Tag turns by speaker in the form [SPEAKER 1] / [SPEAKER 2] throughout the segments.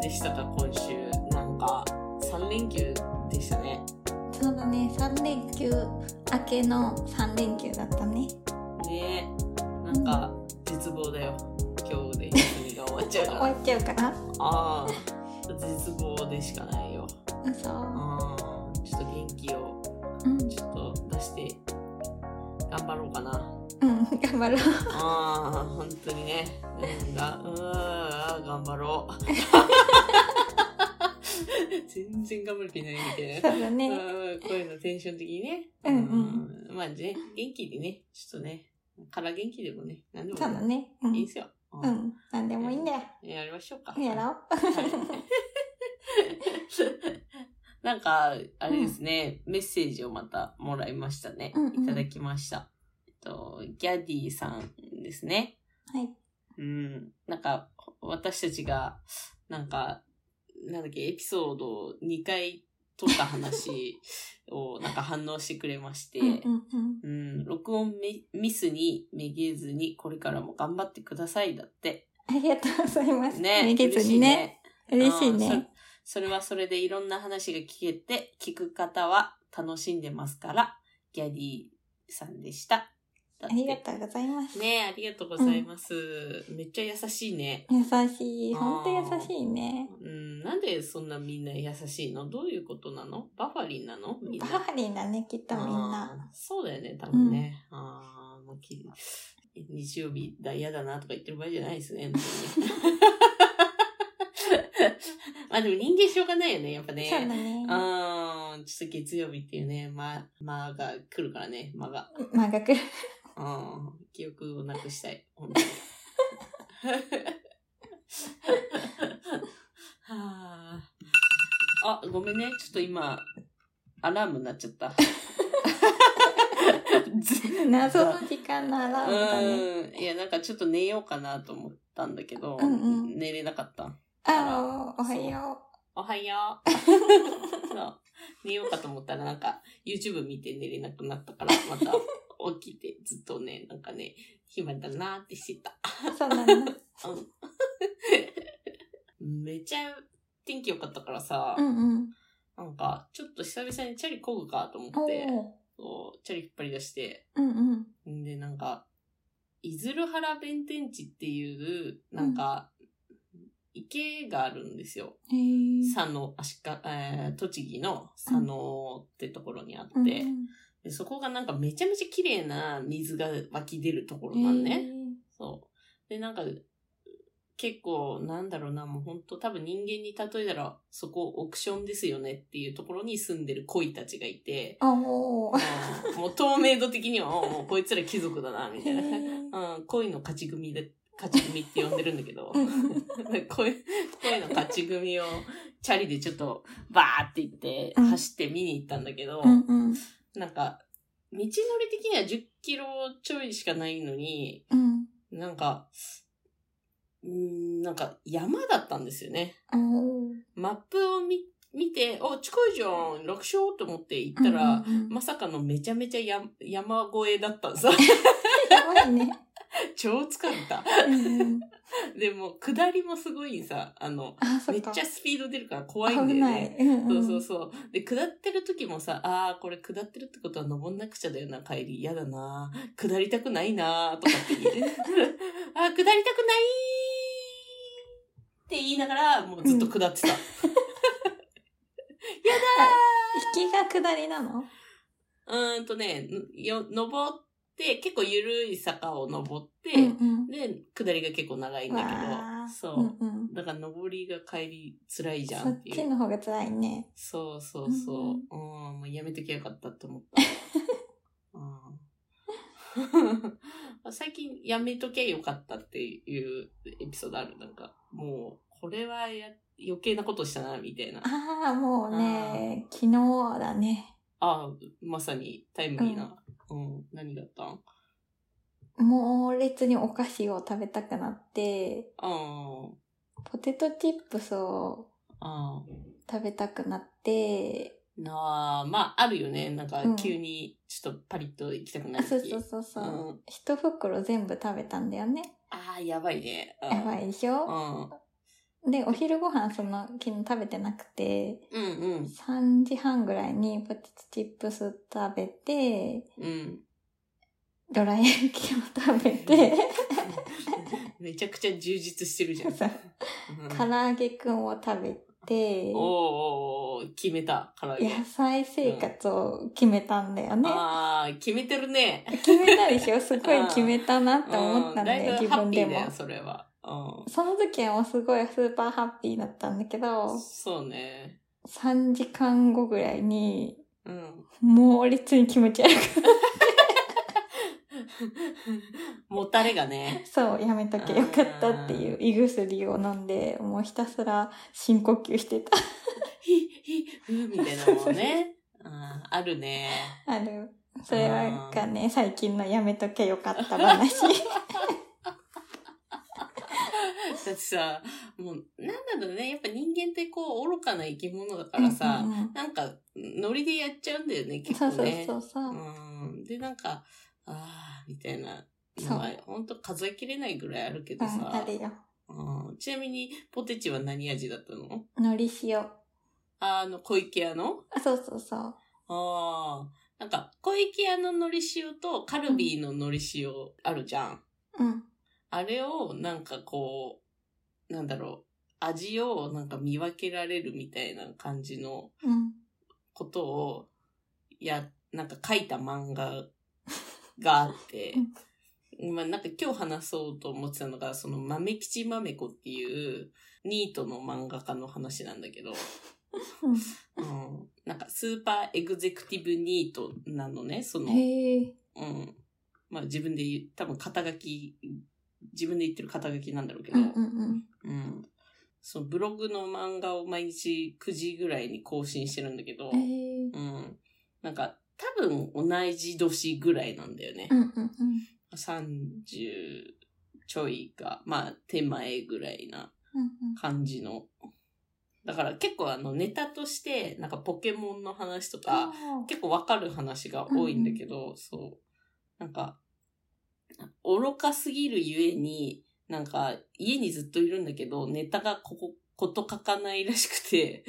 [SPEAKER 1] でしたか今週なんか3連休でしたね
[SPEAKER 2] そうだね、3連休明けの3連休だったね。
[SPEAKER 1] ねえなんか絶望だよ今日で休みが終わっちゃうか ら
[SPEAKER 2] 終わっちゃうかな
[SPEAKER 1] ああ絶望でしかないよ
[SPEAKER 2] 嘘。
[SPEAKER 1] あーちょっと元気を
[SPEAKER 2] うん、
[SPEAKER 1] ちょっと出して頑張ろうかな
[SPEAKER 2] うん、頑張ろう。
[SPEAKER 1] ああ本当にねなんかうーん頑張ろう全然頑張る気ないみたいな
[SPEAKER 2] そうだね。
[SPEAKER 1] うんこういうのテンション的にね。
[SPEAKER 2] うんうん
[SPEAKER 1] うん。まあ、ね、元気でね、ちょっとね、から元気でもね、何でも
[SPEAKER 2] そうだね。う
[SPEAKER 1] いいん
[SPEAKER 2] ん、
[SPEAKER 1] すよ。
[SPEAKER 2] う。ん、なんでもいいんだよ。
[SPEAKER 1] やりましょうか。
[SPEAKER 2] やろう。
[SPEAKER 1] はい なんか、あれですね、メッセージをまたもらいましたね。
[SPEAKER 2] うんうん
[SPEAKER 1] いただきました。えっと、ギャディさんですね。
[SPEAKER 2] はい。
[SPEAKER 1] うん。なんか、私たちが、なんか、なんだっけ、エピソードを2回撮った話を、なんか反応してくれまして、
[SPEAKER 2] う
[SPEAKER 1] うんん
[SPEAKER 2] うんうん。
[SPEAKER 1] 録音ミミスにめげずに、これからも頑張ってください、だって。
[SPEAKER 2] ありがとうございます。
[SPEAKER 1] ね。
[SPEAKER 2] めげずにね。嬉しいね。
[SPEAKER 1] そ。それはそれでいろんな話が聞けて、聞く方は楽しんでますから、ギャディさんでした。だ
[SPEAKER 2] あ
[SPEAKER 1] っ
[SPEAKER 2] りが
[SPEAKER 1] て。
[SPEAKER 2] とうございます。
[SPEAKER 1] ねありがとうございます。めっちゃ優しいね。
[SPEAKER 2] 優しい。ほんと優しいね。
[SPEAKER 1] うん、なんでそんなみんな優しいのどういうことなのバファリンなのみんな。
[SPEAKER 2] バファリンだね、きっとみんな。
[SPEAKER 1] あーそうだよね、多分ね。ああ、もうき日曜日だ、嫌だなとか言ってる場合じゃないですね。本当 にまあでも人間しょうがないよね、やっぱ
[SPEAKER 2] そうだ
[SPEAKER 1] ね。
[SPEAKER 2] ね。
[SPEAKER 1] うん、ちょっと月曜日っていうね、ま、間が来るからね、間が。
[SPEAKER 2] まあ、学力
[SPEAKER 1] うん、記憶をなくしたい。本当にはあ、あ、ごめんね。ちょっと今、アラームになっちゃった。ず
[SPEAKER 2] 謎の時間のアラームだね。
[SPEAKER 1] うん。いや、なんかちょっと寝ようかなと思ったんだけど、
[SPEAKER 2] うんうん
[SPEAKER 1] 寝れなかった。
[SPEAKER 2] ああ、おはよ
[SPEAKER 1] おはよう。そう。寝ようかと思ったら、なんか、YouTube 見て寝れなくなったから、また起きて、ずっとね、なんかね、暇だなーってしてた。
[SPEAKER 2] う。そうだね。
[SPEAKER 1] めっちゃ天気良かったからさ、
[SPEAKER 2] うんうん。
[SPEAKER 1] なんか、ちょっと久々にチャリ漕ぐかと思
[SPEAKER 2] お
[SPEAKER 1] って、
[SPEAKER 2] お。
[SPEAKER 1] そうチャリ引っ張り出して、
[SPEAKER 2] うんうん。
[SPEAKER 1] んで、なんか、伊豆原弁天地っていう、なんか、池があるんですよ。
[SPEAKER 2] へえ。
[SPEAKER 1] 佐野、あしか、えー栃木の佐野ってところにあって、
[SPEAKER 2] うんうん
[SPEAKER 1] でそこがなんかめちゃめちゃ綺麗な水が湧き出るところなんね。
[SPEAKER 2] へえ
[SPEAKER 1] そう。で、なんか、結構、なんだろうな、もう本当多分人間に例えたら、そこオクションですよねっていうところに住んでる恋たちがい て、
[SPEAKER 2] おお。へ
[SPEAKER 1] うんもう透明度的には、もうこいつら貴族だな、みたい
[SPEAKER 2] え
[SPEAKER 1] な。うん、恋の勝ち組で、勝ち組って呼んでるんだけど
[SPEAKER 2] う、んうん
[SPEAKER 1] 恋、恋の勝ち組を、チャリでちょっと、バーって行って、
[SPEAKER 2] うん
[SPEAKER 1] 走って見に行ったんだけど、
[SPEAKER 2] うんうん
[SPEAKER 1] なんか、道のり的には10キロちょいしかないのに、
[SPEAKER 2] うん
[SPEAKER 1] なんか、うーん、なんか山だったんですよね。
[SPEAKER 2] おー
[SPEAKER 1] マップを見見て、あ、近いじゃん、楽勝と思って行ったら、
[SPEAKER 2] うんうんうん
[SPEAKER 1] まさかのめちゃめちゃや山越えだったんさ。
[SPEAKER 2] やばいね。
[SPEAKER 1] 超疲れた。
[SPEAKER 2] うんうん
[SPEAKER 1] でも、下りもすごいさ、あの、
[SPEAKER 2] あ、そ
[SPEAKER 1] め
[SPEAKER 2] っ
[SPEAKER 1] っ
[SPEAKER 2] か。
[SPEAKER 1] ちゃスピード出るから怖いんだ
[SPEAKER 2] 危
[SPEAKER 1] よ
[SPEAKER 2] な
[SPEAKER 1] ね。
[SPEAKER 2] い。うん
[SPEAKER 1] そううんそうそう。で、下ってる時もさ、ああ、これ下ってるってことは登んなくちゃだよな、帰り。嫌だな。下りたくないな、とかって言って。 ああ、下りたくないって言いながら、もうずっと下ってた。
[SPEAKER 2] 行きが下りなの
[SPEAKER 1] うーんとね、よ、登って、結構緩い坂を登って、
[SPEAKER 2] うん
[SPEAKER 1] で、下りが結構長いんだけ
[SPEAKER 2] わ
[SPEAKER 1] ど、
[SPEAKER 2] ー
[SPEAKER 1] そうう。
[SPEAKER 2] んうん。
[SPEAKER 1] だから登りが帰り辛いじゃ
[SPEAKER 2] そ
[SPEAKER 1] んっ
[SPEAKER 2] って
[SPEAKER 1] いう。
[SPEAKER 2] ちの方が辛いね。
[SPEAKER 1] そうそうそう。
[SPEAKER 2] うん
[SPEAKER 1] うん、もうやめときゃよかったって思 った。うん、 最近やめときゃよかったっていうエピソードある。なんか、もう、これはや余計なことしたな、みたいな。
[SPEAKER 2] ああ、もうね、昨日だね。
[SPEAKER 1] ああ、まさにタイムリーな。うん、何だったん
[SPEAKER 2] 猛烈にお菓子を食べたくなって、
[SPEAKER 1] ああ、
[SPEAKER 2] ポテトチップスを
[SPEAKER 1] ああ。
[SPEAKER 2] 食べたくなって、
[SPEAKER 1] なあ、まあ、あるよね。なんか
[SPEAKER 2] うん、
[SPEAKER 1] 急に、ちょっとパリッと行きたくな
[SPEAKER 2] あ
[SPEAKER 1] る
[SPEAKER 2] そう
[SPEAKER 1] 時、。
[SPEAKER 2] そうそうそううん一袋全部食べたんだよね。
[SPEAKER 1] ああ、やばいね。うん
[SPEAKER 2] やばいでしょ
[SPEAKER 1] う
[SPEAKER 2] で、お昼ご飯その、昨日食べてなくて、
[SPEAKER 1] うんうん。
[SPEAKER 2] 3時半ぐらいにポテトチップス食べて、
[SPEAKER 1] うん。
[SPEAKER 2] ドラ焼きを食べて、
[SPEAKER 1] めちゃくちゃ充実してるじゃん。
[SPEAKER 2] そう
[SPEAKER 1] うん
[SPEAKER 2] 唐揚げくんを食べて、
[SPEAKER 1] おーおーおー決めた、唐揚げ。
[SPEAKER 2] 野菜生活を決めたんだよね。
[SPEAKER 1] ああ、決めてるね。
[SPEAKER 2] 決めたで しょすごい決めたなって思ったんだ
[SPEAKER 1] う
[SPEAKER 2] よ、
[SPEAKER 1] んだいぶ
[SPEAKER 2] 自
[SPEAKER 1] ハッ
[SPEAKER 2] 分
[SPEAKER 1] ピ
[SPEAKER 2] で
[SPEAKER 1] ーだ
[SPEAKER 2] も
[SPEAKER 1] よ、。それは。う
[SPEAKER 2] その時はもうすごいスーパーハッピーだったんだけど
[SPEAKER 1] ん。、そうね。
[SPEAKER 2] 3時間後ぐらいに、
[SPEAKER 1] うん。
[SPEAKER 2] 猛烈に気持ち悪く、
[SPEAKER 1] もたれが ね。
[SPEAKER 2] そう、やめとけよかったっていう胃薬を飲んで、もうひたすら深呼吸してた。
[SPEAKER 1] ひ、ひ、ふーみたいなもんね。うんあるね。
[SPEAKER 2] ある。それはがね、最近のやめとけよかった 話。
[SPEAKER 1] だってさ、もう、なんだろうね。やっぱ人間ってこう、愚かな生き物だからさ、
[SPEAKER 2] うんうんうん
[SPEAKER 1] なんか、ノリでやっちゃうんだよね、結
[SPEAKER 2] そ
[SPEAKER 1] 構
[SPEAKER 2] うそう
[SPEAKER 1] ね。
[SPEAKER 2] そうそう。
[SPEAKER 1] うん。で、なんか、ああ、みたいなのは、ほんと数えきれないぐらいあるけ
[SPEAKER 2] う
[SPEAKER 1] どさ。
[SPEAKER 2] ん、あるよ。
[SPEAKER 1] うんちなみに、ポテチは何味だったの
[SPEAKER 2] のり塩。
[SPEAKER 1] あの、小池屋の
[SPEAKER 2] あ、そうそうそう。
[SPEAKER 1] ああ。なんか、小池屋の海苔塩とカルビーの海苔塩あるじゃん。
[SPEAKER 2] うん。
[SPEAKER 1] あれを、なんかこう、なんだろう。味をなんか見分けられるみたいな感じの
[SPEAKER 2] うん。
[SPEAKER 1] ことを、や、なんか書いた漫画があって、まあなんか今日話そうと思ってたのが、その豆吉豆子っていうニートの漫画家の話なんだ けど、
[SPEAKER 2] う
[SPEAKER 1] うん、なんかスーパーエグゼクティブニートなのね、そ
[SPEAKER 2] ん、
[SPEAKER 1] の、
[SPEAKER 2] へえ。
[SPEAKER 1] うん。まあ自分で言う、多分肩書き、自分で言ってる肩書きなんだろうけ
[SPEAKER 2] う
[SPEAKER 1] ど、
[SPEAKER 2] んうんうん。
[SPEAKER 1] うんそのブログの漫画を毎日9時ぐらいに更新してるんだけど、
[SPEAKER 2] へえ。
[SPEAKER 1] うん。なんか、多分同じ年ぐらいなんだよね
[SPEAKER 2] う。んうんうん。
[SPEAKER 1] 30ちょいが、まあ、手前ぐらいな
[SPEAKER 2] うん
[SPEAKER 1] 感じの。だから結構あのネタとして、なんかポケモンの話とか、
[SPEAKER 2] うん、
[SPEAKER 1] 結構わかる話が多いんだけど、そう。なんか、愚かすぎるゆえに、なんか、家にずっといるんだけど、ネタがここ、こと書かないらしくて、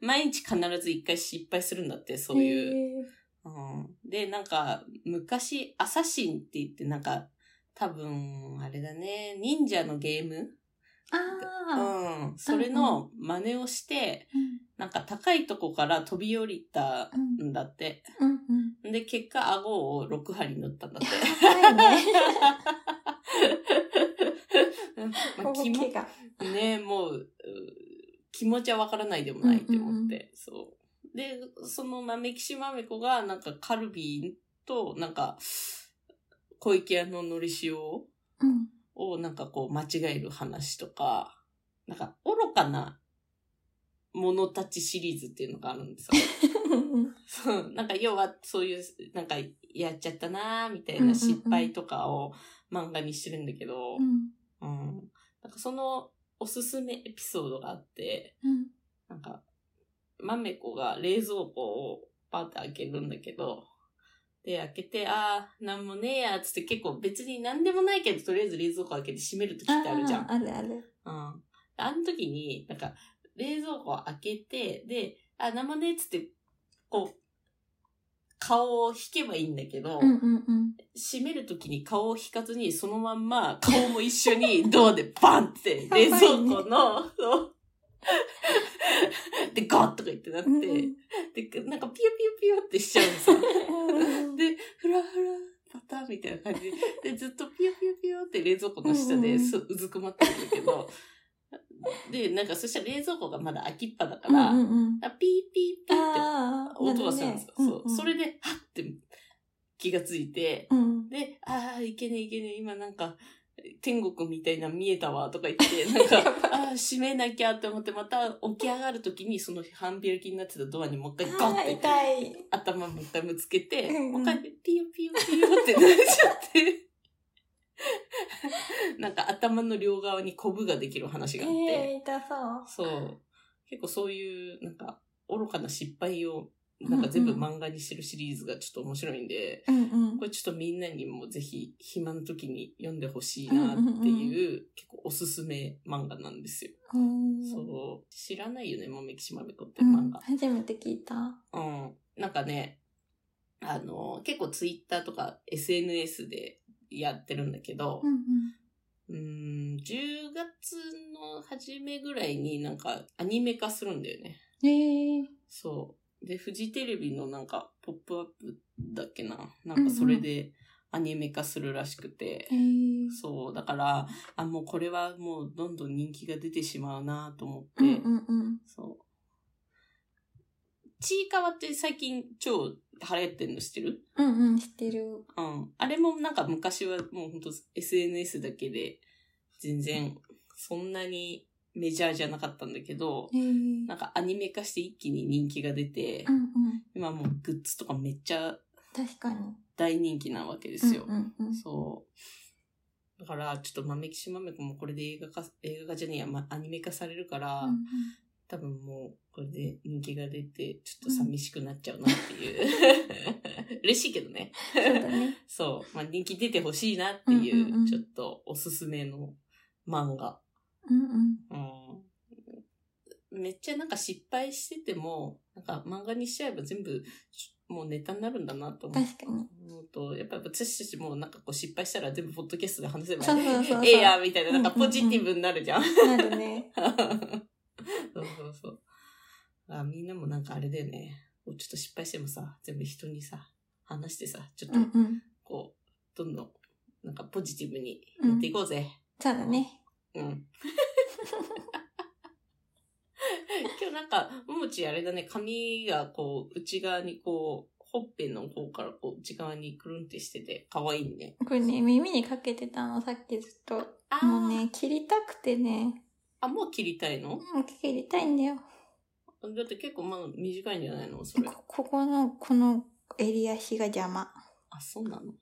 [SPEAKER 1] 毎日必ず一回失敗するんだって、そういう。
[SPEAKER 2] う。
[SPEAKER 1] うん、で、なんか、昔、アサシンって言って、なんか、多分、あれだね、忍者のゲーム
[SPEAKER 2] ああ。
[SPEAKER 1] うん。それの真似をして、
[SPEAKER 2] うん
[SPEAKER 1] なんか高いとこから飛び降りた
[SPEAKER 2] うん
[SPEAKER 1] んだって。
[SPEAKER 2] うんうん。
[SPEAKER 1] で、結果、顎を6針塗ったん だって。
[SPEAKER 2] 怖いね。
[SPEAKER 1] まあ、気も
[SPEAKER 2] 大怪我
[SPEAKER 1] ね、もう、う気持ちはわからないでもないって思って、
[SPEAKER 2] うんうんう
[SPEAKER 1] そう。で、その豆木島め子が、なんかカルビーと、なんか、小池屋ののり塩
[SPEAKER 2] うん。
[SPEAKER 1] を、なんかこう、間違える話とか、なんか、愚かな、者たちシリーズっていうのがあるんです よ。そう、なんか要はそういう、なんかやっちゃったなーみたいな失敗とかを漫画にしてるんだけど、
[SPEAKER 2] うんうん
[SPEAKER 1] うん。なんかそのおすすめエピソードがあって、
[SPEAKER 2] うん。
[SPEAKER 1] なんか、まめこが冷蔵庫をパーって開けるんだけど、で、開けて、あー、なんもねえや、つって結構別になんでもないけど、とりあえず冷蔵庫開けて閉めるときってあるじゃん
[SPEAKER 2] あ。ーあるある。
[SPEAKER 1] うん。あの時に、なんか、冷蔵庫を開けて、で、あ、生ねっつって、こう、顔を引けばいいんだけど、
[SPEAKER 2] うんうんうん。
[SPEAKER 1] 閉める時に顔を引かずに、そのまんま顔も一緒 にドアでバンって、冷蔵庫の、そう。で、ガッとか言ってなって、
[SPEAKER 2] うんうん
[SPEAKER 1] で、なんかピヨピヨピヨってしちゃうんですよ。
[SPEAKER 2] うん
[SPEAKER 1] で、ふらふら、パターンみたいな感じで、ずっとピヨピヨピヨって冷蔵庫の下
[SPEAKER 2] うんう
[SPEAKER 1] で
[SPEAKER 2] ん
[SPEAKER 1] そううずくまってるんだけど、で、なんかそしたら冷蔵庫がまだ開きっぱだか
[SPEAKER 2] うん
[SPEAKER 1] ら、
[SPEAKER 2] うんうん。
[SPEAKER 1] あピーピーピーって
[SPEAKER 2] ああ。
[SPEAKER 1] 音がするんですよ。
[SPEAKER 2] な
[SPEAKER 1] そう。それ
[SPEAKER 2] で。
[SPEAKER 1] で、はっって気がついて、
[SPEAKER 2] うんうん。
[SPEAKER 1] で、ああ、いけねえいけねえ、今なんか、天国みたいな見えたわ、とか言って、 なんか、ああ、閉めなきゃって思って、また起き上がるときに、その半開きになってたドアにもう一回ガ
[SPEAKER 2] あ
[SPEAKER 1] ッ
[SPEAKER 2] ー
[SPEAKER 1] て
[SPEAKER 2] 痛い。
[SPEAKER 1] 頭もう一回ぶつけて、
[SPEAKER 2] うんうん
[SPEAKER 1] もう一回ピヨピヨピヨってなっちゃって。 なんか頭の両側にコブができる話があって。
[SPEAKER 2] ええ、痛そう。
[SPEAKER 1] そう。結構そういう、なんか、愚かな失敗をなんか全部漫画にしてるシリーズがちょっと面白いんで、
[SPEAKER 2] うんうん
[SPEAKER 1] これちょっとみんなにもぜひ暇の時に読んでほしいなっていう、結構おすすめ漫画なんですよ。
[SPEAKER 2] うん
[SPEAKER 1] そう。知らないよね、もめきしまめこって
[SPEAKER 2] う
[SPEAKER 1] 漫
[SPEAKER 2] ん
[SPEAKER 1] 画。
[SPEAKER 2] 初めて聞いた
[SPEAKER 1] うん。なんかね、あの、結構ツイッターとか SNS でやってるんだけど、
[SPEAKER 2] うん
[SPEAKER 1] うーん、10月の初めぐらいになんかアニメ化するんだよね。
[SPEAKER 2] うんえー
[SPEAKER 1] そう。で、フジテレビのなんか、ポップアップだっけな。なんかそれでアニメ化するらしくて
[SPEAKER 2] え。ー
[SPEAKER 1] そう。だから、あ、もうこれはもうどんどん人気が出てしまうなと思って。
[SPEAKER 2] うんうんうん
[SPEAKER 1] そう。ちいかわって最近超流行ってんの知ってる
[SPEAKER 2] うんうん知ってる
[SPEAKER 1] うん。あれもなんか昔はもうほんと SNS だけで、全然そんなにメジャーじゃなかったんだけど、
[SPEAKER 2] えー
[SPEAKER 1] なんかアニメ化して一気に人気が出て
[SPEAKER 2] う、んうん
[SPEAKER 1] 今もうグッズとかめっちゃ
[SPEAKER 2] 確かに
[SPEAKER 1] 大人気なわけですよ。
[SPEAKER 2] うんうんうん
[SPEAKER 1] そう。だから、ちょっと豆吉豆子もこれで映画化、映画化じゃねえや、ま、アニメ化されるから、
[SPEAKER 2] うんうん
[SPEAKER 1] 多分もうこれで人気が出て、ちょっと寂しくなっちゃうなっていう。 嬉しいけどね。
[SPEAKER 2] そうだね
[SPEAKER 1] そう。まあ、人気出てほしいなっていう、
[SPEAKER 2] うんうんうん
[SPEAKER 1] ちょっとおすすめの漫画。
[SPEAKER 2] うんうん
[SPEAKER 1] うん。めっちゃなんか失敗してても、なんか漫画にしちゃえば全部、もうネタになるんだなと思って
[SPEAKER 2] 確かに
[SPEAKER 1] 思うと、やっぱ私たちもなんかこう失敗したら全部ポッドキャストで話せば
[SPEAKER 2] そうそ うそうそう
[SPEAKER 1] ええや、みたいな、なんかポジティブになるじゃん。
[SPEAKER 2] なる ね
[SPEAKER 1] そうそうそう。あみんなもなんかあれだよね。こうちょっと失敗してもさ、全部人にさ、話してさ、ちょっ
[SPEAKER 2] う
[SPEAKER 1] と
[SPEAKER 2] んうん
[SPEAKER 1] こう、どんどん、なんかポジティブにやっていこうぜ。
[SPEAKER 2] そうだね
[SPEAKER 1] うん。今日なんか、ももちあれだね、髪がこう、内側にこう、ほっぺの方からこう、内側にくるんってしてて、かわいいね。
[SPEAKER 2] これね耳にかけてたのさっきずっと
[SPEAKER 1] あー
[SPEAKER 2] もうね切りたくてね
[SPEAKER 1] あ、もう切りたいの
[SPEAKER 2] もう切りたいんだよ
[SPEAKER 1] だって結構まだ短いんじゃないのそれ。
[SPEAKER 2] こここのこの襟足が邪魔
[SPEAKER 1] あ、そうなの
[SPEAKER 2] うん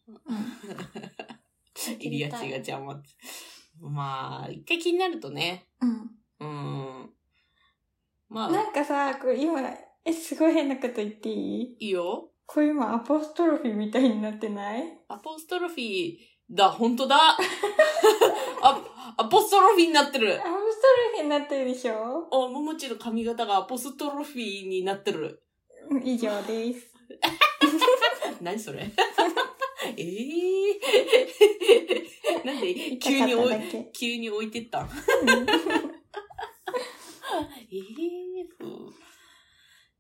[SPEAKER 1] 入り足が邪魔って。まあ、一回気になるとね。
[SPEAKER 2] うん
[SPEAKER 1] うん。まあ、
[SPEAKER 2] なんかさ、これ今、え、すごい変なこと言っていい
[SPEAKER 1] いいよ。
[SPEAKER 2] これ今、アポストロフィーみたいになってない
[SPEAKER 1] アポストロフィーだ、本当だ あ、アポストロフィーになって
[SPEAKER 2] ア
[SPEAKER 1] る
[SPEAKER 2] ポストロフィーになってるでしょ
[SPEAKER 1] お、ももちの髪型がアポストロフィーになってる。
[SPEAKER 2] うん以上です。
[SPEAKER 1] 何 それええー、なんで 急に
[SPEAKER 2] 痛かっ
[SPEAKER 1] お
[SPEAKER 2] た
[SPEAKER 1] い
[SPEAKER 2] だけ。
[SPEAKER 1] 急に置いてったん
[SPEAKER 2] うん
[SPEAKER 1] ええそう。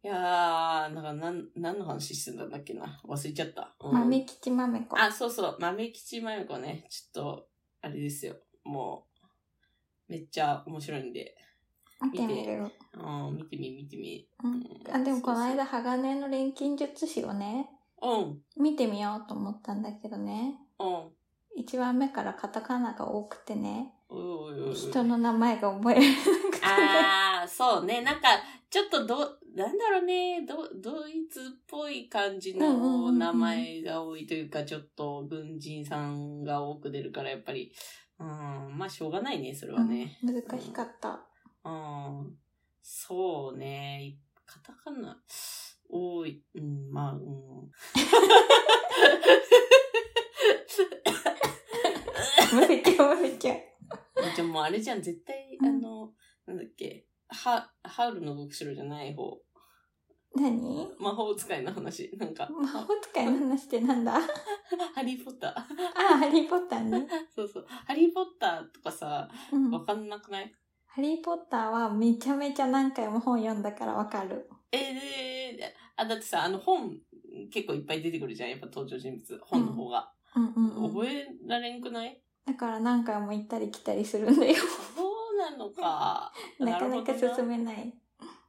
[SPEAKER 1] いやー、なんか、なん、何の話してたんだっけな。忘れちゃった。 うん
[SPEAKER 2] 豆吉豆子。
[SPEAKER 1] あ、そうそう。豆吉まゆ子ね。ちょっと、あれですよ。もう、めっちゃ面白いんで。
[SPEAKER 2] 見てみる。
[SPEAKER 1] うん、見てみ、見てみ。
[SPEAKER 2] うんあでもこの間、鋼の錬金術師をね、
[SPEAKER 1] うん、うん。
[SPEAKER 2] 見てみようと思ったんだけどね、一番目からカタカナが多くてね、
[SPEAKER 1] おいおいおい
[SPEAKER 2] 人の名前が覚えられなくて。
[SPEAKER 1] あー、そうね。なんか、ちょっとど、なんだろうね。ど、ドイツっぽい感じ
[SPEAKER 2] うんうんうん
[SPEAKER 1] の
[SPEAKER 2] うん
[SPEAKER 1] 名前が多いというか、ちょっと軍人さんが多く出るから、やっぱり、うん、まあ、しょうがないね、それはね。
[SPEAKER 2] うん難しかった。
[SPEAKER 1] うん。そうね。カタカナ、多い。うん、まあ、うん。
[SPEAKER 2] むせちゃう、むせちゃう。
[SPEAKER 1] じゃあもうあれじゃん、絶対、
[SPEAKER 2] うん
[SPEAKER 1] あの、なんだっけ。は、ハウルの動く城じゃない方。
[SPEAKER 2] 何
[SPEAKER 1] 魔法使いの話。なんか、
[SPEAKER 2] 魔法使いの話ってなんだあ、
[SPEAKER 1] ハリーポッター。
[SPEAKER 2] ハリーポッターね。
[SPEAKER 1] そうそう。ハリーポッターとかさ、
[SPEAKER 2] うん。
[SPEAKER 1] わ
[SPEAKER 2] ハ
[SPEAKER 1] かんなくない、
[SPEAKER 2] リーポッターはめちゃめちゃ何回も本読んだからわかる。
[SPEAKER 1] えーで、あ、だってさ、あの本、結構いっぱい出てくるじゃん。やっぱ登場人物、本の方が。
[SPEAKER 2] うんうん、うん。
[SPEAKER 1] 覚えられんくない
[SPEAKER 2] だから何回も行ったり来たりするんだよ。
[SPEAKER 1] そうなのか。
[SPEAKER 2] なかなか
[SPEAKER 1] るほど
[SPEAKER 2] 進
[SPEAKER 1] な
[SPEAKER 2] めない。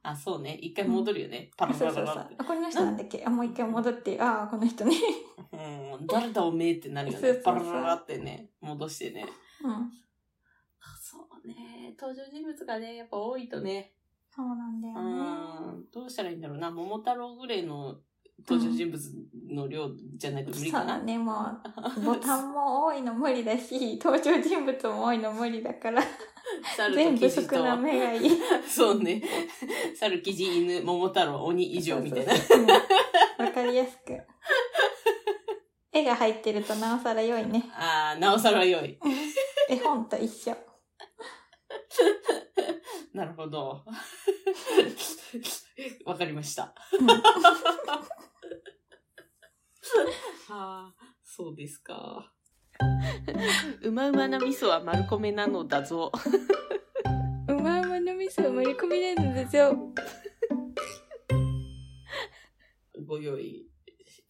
[SPEAKER 1] あ、そうね。一回戻るよね。パラパ
[SPEAKER 2] そう
[SPEAKER 1] ラ
[SPEAKER 2] そ
[SPEAKER 1] パ
[SPEAKER 2] うそ
[SPEAKER 1] ラ
[SPEAKER 2] う
[SPEAKER 1] って。。
[SPEAKER 2] あこの人なんだっけあ、もう一回戻って。ああ、この人ね。
[SPEAKER 1] うん。誰だおめえってなるよ
[SPEAKER 2] そう
[SPEAKER 1] ね。
[SPEAKER 2] そう
[SPEAKER 1] パ
[SPEAKER 2] そ
[SPEAKER 1] ラ
[SPEAKER 2] う
[SPEAKER 1] パラってね、戻してね。
[SPEAKER 2] うん。
[SPEAKER 1] そうね。登場人物がね、やっぱ多いとね。
[SPEAKER 2] そうなんだ
[SPEAKER 1] う
[SPEAKER 2] よね。
[SPEAKER 1] ん。どうしたらいいんだろうな。桃太郎ぐらいの登場人物の量じゃないと無理
[SPEAKER 2] そう
[SPEAKER 1] か
[SPEAKER 2] だ
[SPEAKER 1] な。
[SPEAKER 2] ね、もう、ボタンも多いの無理だし、登場人物も多いの無理だから。
[SPEAKER 1] 猿
[SPEAKER 2] 全
[SPEAKER 1] と
[SPEAKER 2] 部
[SPEAKER 1] キジ
[SPEAKER 2] 少な
[SPEAKER 1] と、
[SPEAKER 2] めがいい。
[SPEAKER 1] そうね。猿、キジ、犬、桃太郎、鬼以上みたいな。
[SPEAKER 2] そうそうそううんわかりやすく。絵が入ってるとなおさら良いね。
[SPEAKER 1] ああ、なおさら良い。
[SPEAKER 2] 絵本と一緒。
[SPEAKER 1] なるほ ど。わかりました。
[SPEAKER 2] うん
[SPEAKER 1] はあ、そうですか。うまうまな味噌は丸米なのだぞ。
[SPEAKER 3] うまうまの味噌を盛り込みないのですよ。
[SPEAKER 1] ご用意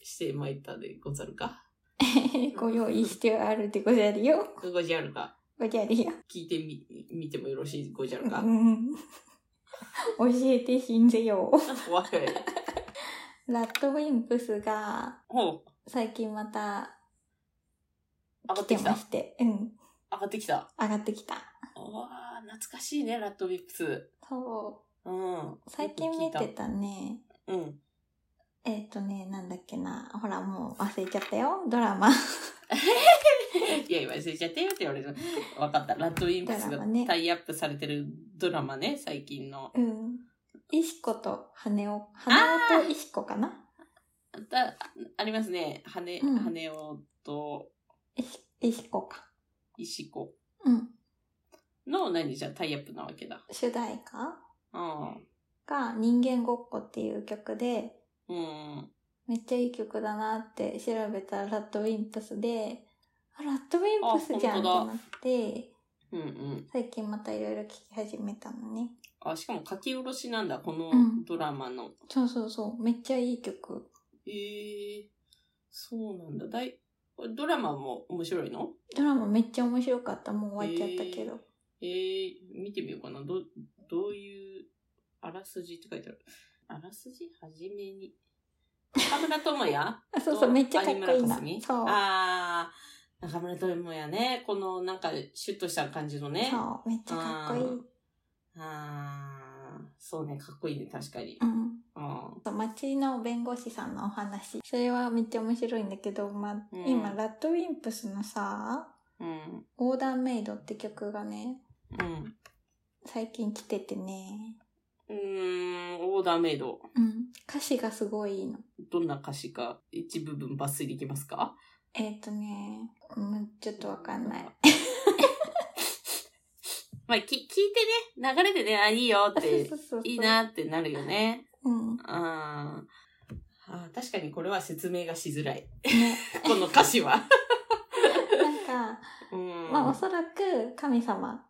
[SPEAKER 1] してまいったでござるか。
[SPEAKER 2] ご用意してあるでござるよ。
[SPEAKER 1] ごじゃるか。
[SPEAKER 2] ごじゃるよ。
[SPEAKER 1] 聞いてみ、見てもよろしいごじゃ
[SPEAKER 2] う
[SPEAKER 1] るか。
[SPEAKER 2] ん。教えてしんぜよ。
[SPEAKER 1] わかる。
[SPEAKER 2] ラッドウィンプスが
[SPEAKER 1] ほう、
[SPEAKER 2] 最近また
[SPEAKER 1] 上がっ
[SPEAKER 2] 来
[SPEAKER 1] て
[SPEAKER 2] て
[SPEAKER 1] き
[SPEAKER 2] ま
[SPEAKER 1] た。
[SPEAKER 2] して、うん。
[SPEAKER 1] 上がってきた。わ
[SPEAKER 2] 上がってきた。
[SPEAKER 1] あ、懐かしいね、ラッドウィップス。
[SPEAKER 2] そ
[SPEAKER 1] うん。
[SPEAKER 2] う。最近見てたね。
[SPEAKER 1] うん。
[SPEAKER 2] えっ、とね、なんだっけな。ほら、もう忘れちゃったよ。ドラ マ。
[SPEAKER 1] いや、今忘れちゃったよって言われる。わかった。ラッドウィンプス
[SPEAKER 2] ド
[SPEAKER 1] が
[SPEAKER 2] ラマね
[SPEAKER 1] タイアップされてるドラマね、最近の。
[SPEAKER 2] うん。石子と羽男。羽男と石子かな
[SPEAKER 1] だありますね。羽、
[SPEAKER 2] うん
[SPEAKER 1] 羽男と
[SPEAKER 2] 石石子か。
[SPEAKER 1] 石子
[SPEAKER 2] うん。
[SPEAKER 1] の何じゃタイアップなわけだ。
[SPEAKER 2] 主題歌
[SPEAKER 1] うん。
[SPEAKER 2] が人間ごっこっていう曲で、
[SPEAKER 1] うん。
[SPEAKER 2] めっちゃいい曲だなって調べたらラッドウィンプスで、あ、ラッドウィンプスじゃんって
[SPEAKER 1] あ本
[SPEAKER 2] なって、
[SPEAKER 1] うんうん。
[SPEAKER 2] 最近またいろいろ聴き始めたのね。
[SPEAKER 1] あ、しかも書き下ろしなんだ、この
[SPEAKER 2] うん
[SPEAKER 1] ドラマの。
[SPEAKER 2] そうそうそう、めっちゃいい曲。
[SPEAKER 1] えー、そうなんだ。だいドラマも面白いの
[SPEAKER 2] ドラマめっちゃ面白かった、もう終わっちゃったけど。
[SPEAKER 1] えー、見てみようかな。ど、どういう、あらすじって書いてある。あらすじはじめに。中村智也
[SPEAKER 2] あ そうそう、めっちゃかっこいいな。そう。
[SPEAKER 1] ああー、中村智也ね。この、なんか、シュッとした感じのね。
[SPEAKER 2] そう、めっちゃかっこい
[SPEAKER 1] う
[SPEAKER 2] い。
[SPEAKER 1] んああ、そうね、かっこいいね、確かに
[SPEAKER 2] う。ん。
[SPEAKER 1] うん。
[SPEAKER 2] そう町の弁護士さんのお話。それはめっちゃ面白いんだけど、まあ、
[SPEAKER 1] うん
[SPEAKER 2] 今、ラッドウィンプスのさ、
[SPEAKER 1] うん。
[SPEAKER 2] オーダーメイドって曲がね、
[SPEAKER 1] うん。
[SPEAKER 2] 最近来ててね。
[SPEAKER 1] うーん、オーダーメイド。
[SPEAKER 2] うん。歌詞がすごいいいの。
[SPEAKER 1] どんな歌詞か一部分抜粋できますか
[SPEAKER 2] えっ、とね、うん、ちょっとわかんない。。
[SPEAKER 1] まあ、き、聞いてね、流れでね、あ、いいよって
[SPEAKER 2] そ、うそうそう
[SPEAKER 1] いい。なってなるよね。
[SPEAKER 2] うん。
[SPEAKER 1] あーあー、確かにこれは説明がしづらい。
[SPEAKER 2] ね。
[SPEAKER 1] この歌詞 は。
[SPEAKER 2] なんか、
[SPEAKER 1] うん。
[SPEAKER 2] まあおそらく神様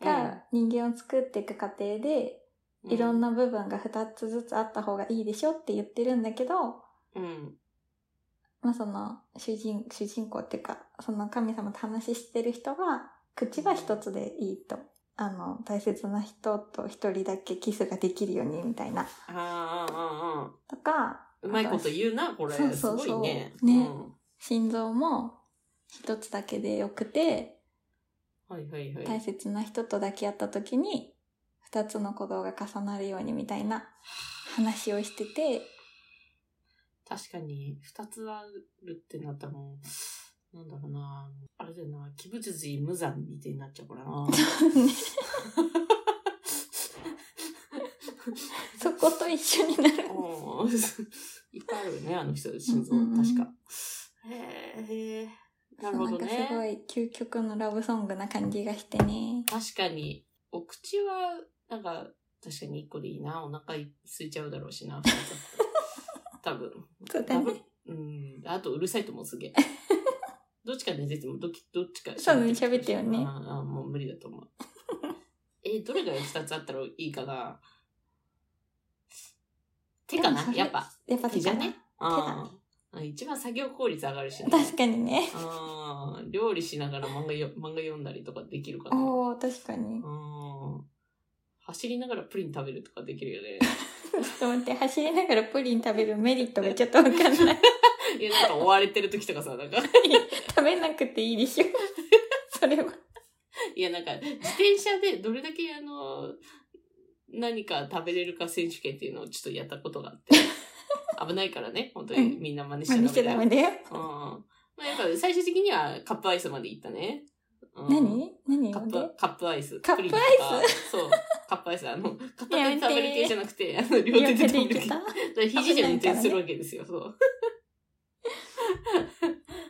[SPEAKER 2] が人間を作っていく過程で、いろん
[SPEAKER 1] な。
[SPEAKER 2] な部分が2つずつあった方がいいでしょって言ってるんだけど、
[SPEAKER 1] うん。
[SPEAKER 2] まあその主人、主人公っていうか、その神様と話してる人は、口は一つでいいと。あの、大切な人と一人だけキスができるようにみたいな。
[SPEAKER 1] あーあー、あーあ
[SPEAKER 2] とか、
[SPEAKER 1] ー、うまいこと言うな、これ。
[SPEAKER 2] そうそうそう
[SPEAKER 1] すごいね。
[SPEAKER 2] ね
[SPEAKER 1] うん
[SPEAKER 2] 心臓も一つだけでよくて、
[SPEAKER 1] はいはいは
[SPEAKER 2] 大
[SPEAKER 1] い。
[SPEAKER 2] 切な人と抱き合った時に、二つの鼓動が重なるようにみたいな話をして て、
[SPEAKER 1] 確かに、二つあるってなったらもう、なんだろうな。あれだよな、鬼仏寺無惨みたいになっちゃうからな。
[SPEAKER 2] そこと一緒になる。
[SPEAKER 1] うんいっぱいあるよね、あの人、心臓
[SPEAKER 2] うんうんう、ん
[SPEAKER 1] 確か。へえ、なるほど
[SPEAKER 2] なんかすご
[SPEAKER 1] ね。
[SPEAKER 2] い究極のラブソングな感じがしてね。
[SPEAKER 1] 確かに、お口は、なんか、確かに一個でいいな。お腹い空いちゃうだろうしな。 多分。
[SPEAKER 2] そうだ
[SPEAKER 1] 多
[SPEAKER 2] ね
[SPEAKER 1] 分うん。あと、うるさいと思う、すげえ。どっちか寝てても、どっちどっちか
[SPEAKER 2] そうだね喋ってよね
[SPEAKER 1] ああ、もう無理だと思う。え、どれが二つあったらいいかな手か
[SPEAKER 2] でも
[SPEAKER 1] な
[SPEAKER 2] それ
[SPEAKER 1] やっぱ。
[SPEAKER 2] やっぱ
[SPEAKER 1] 手じゃね
[SPEAKER 2] だね
[SPEAKER 1] あー一番作業効率上がるしね。
[SPEAKER 2] 確かにね。
[SPEAKER 1] あー料理しながら漫画よ漫画読んだりとかできるかな。
[SPEAKER 2] おー、確か
[SPEAKER 1] う
[SPEAKER 2] に。
[SPEAKER 1] ん走りながらプリン食べるとかできるよね。
[SPEAKER 2] ちょっと待って、走りながらプリン食べるメリットがちょっとわかんない。
[SPEAKER 1] いや、なんか追われてる時とかさ、なんか、
[SPEAKER 2] 食べなくていいでしょ。それは。
[SPEAKER 1] いや、なんか、自転車でどれだけあの、何か食べれるか選手権っていうのをちょっとやったことがあって。危ないからね、本当にみんな真似し
[SPEAKER 2] まあ、
[SPEAKER 1] ちゃダ
[SPEAKER 2] 見
[SPEAKER 1] メ
[SPEAKER 2] ちゃ
[SPEAKER 1] だ
[SPEAKER 2] ダ
[SPEAKER 1] よ。
[SPEAKER 2] メだよ。
[SPEAKER 1] うんまあやっぱ最終的にはカップアイスまで行ったね。うん
[SPEAKER 2] 何何
[SPEAKER 1] カ
[SPEAKER 2] を
[SPEAKER 1] ッ
[SPEAKER 2] で
[SPEAKER 1] プ、カップアイス。
[SPEAKER 2] カップアイス
[SPEAKER 1] プリンとかそう。カップアイス。あの、片手で食べる系じゃなく て、あの、両
[SPEAKER 2] 両
[SPEAKER 1] 手で
[SPEAKER 2] 手で
[SPEAKER 1] 食
[SPEAKER 2] い
[SPEAKER 1] べる
[SPEAKER 2] け
[SPEAKER 1] 系。
[SPEAKER 2] た
[SPEAKER 1] で肘で運転するわけですよ、 そう。だか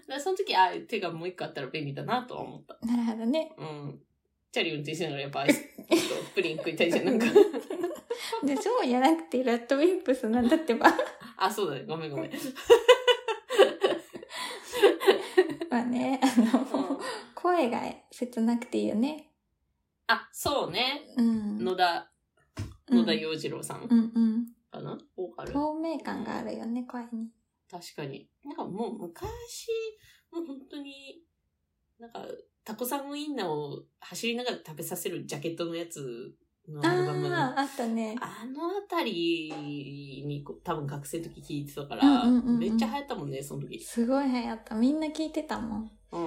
[SPEAKER 1] らその時、あ、手がもう一個あったら便利だなとは思った。
[SPEAKER 2] なるほどね。
[SPEAKER 1] うん。チャリ運転しながらやっぱアイスと プリン食いたいじゃん、なんか。
[SPEAKER 2] で、そうやなくて、ラッドウィンプスなんだってば。
[SPEAKER 1] あ、そうだね、ごめんごめん。
[SPEAKER 2] まあね、あの、声が切なくていいよね。
[SPEAKER 1] あ、そうね。
[SPEAKER 2] うん。
[SPEAKER 1] 野田、
[SPEAKER 2] うん
[SPEAKER 1] 野田洋次郎さん
[SPEAKER 2] うんうん。
[SPEAKER 1] かな、ボーカル。
[SPEAKER 2] 透明感があるよね、声に。
[SPEAKER 1] 確かに。なんかもう昔、もう本当に、なんか、タコさんウインナーを走りながら食べさせるジャケットのやつの
[SPEAKER 2] あ
[SPEAKER 1] アルバム。
[SPEAKER 2] あ、あったね。
[SPEAKER 1] あのあたりにこう多分学生の時聞いてたから、
[SPEAKER 2] うんうんうんうん
[SPEAKER 1] めっちゃ流行ったもんね、その時。
[SPEAKER 2] すごい流行った。みんな聞いてた もん。
[SPEAKER 1] う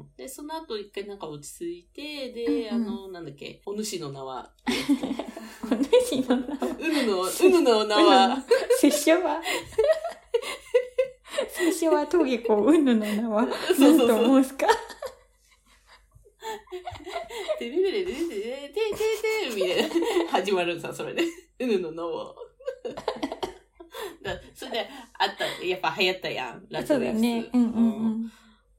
[SPEAKER 1] ん。で、その後一回なんか落ち着いて、で、
[SPEAKER 2] うんうん
[SPEAKER 1] あの、なんだっけ、お主の名 は、
[SPEAKER 2] お主の名は、
[SPEAKER 1] うぬの、うぬの名は、
[SPEAKER 2] 拙者は、拙者はトゲコ、うんぬの名は、
[SPEAKER 1] そ
[SPEAKER 2] な
[SPEAKER 1] うんそう
[SPEAKER 2] と
[SPEAKER 1] そう。
[SPEAKER 2] 申すか。
[SPEAKER 1] でれれれれれれれれれみたいな。始まるさ、それで。うぬの名は。だそれで、あった、やっぱ流行ったやん、ラ
[SPEAKER 2] そ
[SPEAKER 1] ト
[SPEAKER 2] う
[SPEAKER 1] ウィ
[SPEAKER 2] だ
[SPEAKER 1] ンプス
[SPEAKER 2] ね。うんうん
[SPEAKER 1] ん。
[SPEAKER 2] うん。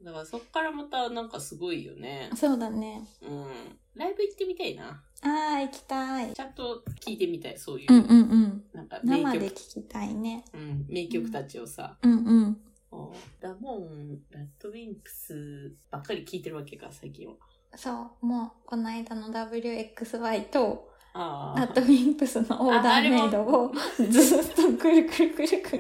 [SPEAKER 1] だからそっからまたなんかすごいよね。
[SPEAKER 2] そうだね。
[SPEAKER 1] うん。ライブ行ってみたいな。
[SPEAKER 2] ああ、行きたい。
[SPEAKER 1] ちゃんと聞いてみたい、そういう、
[SPEAKER 2] うんうんうん。
[SPEAKER 1] なんか名
[SPEAKER 2] 生で
[SPEAKER 1] 曲、
[SPEAKER 2] 聞きたいね。
[SPEAKER 1] うん、名曲たちをさ、
[SPEAKER 2] うんうん。
[SPEAKER 1] こうダモン、ラッドウィンプスばっかり聞いてるわけか、最近は。
[SPEAKER 2] そう、もう、この間の WXY と、
[SPEAKER 1] あ
[SPEAKER 2] アット
[SPEAKER 1] あ。
[SPEAKER 2] ウィンプスのオーダーメイドをずっとくるくるくるく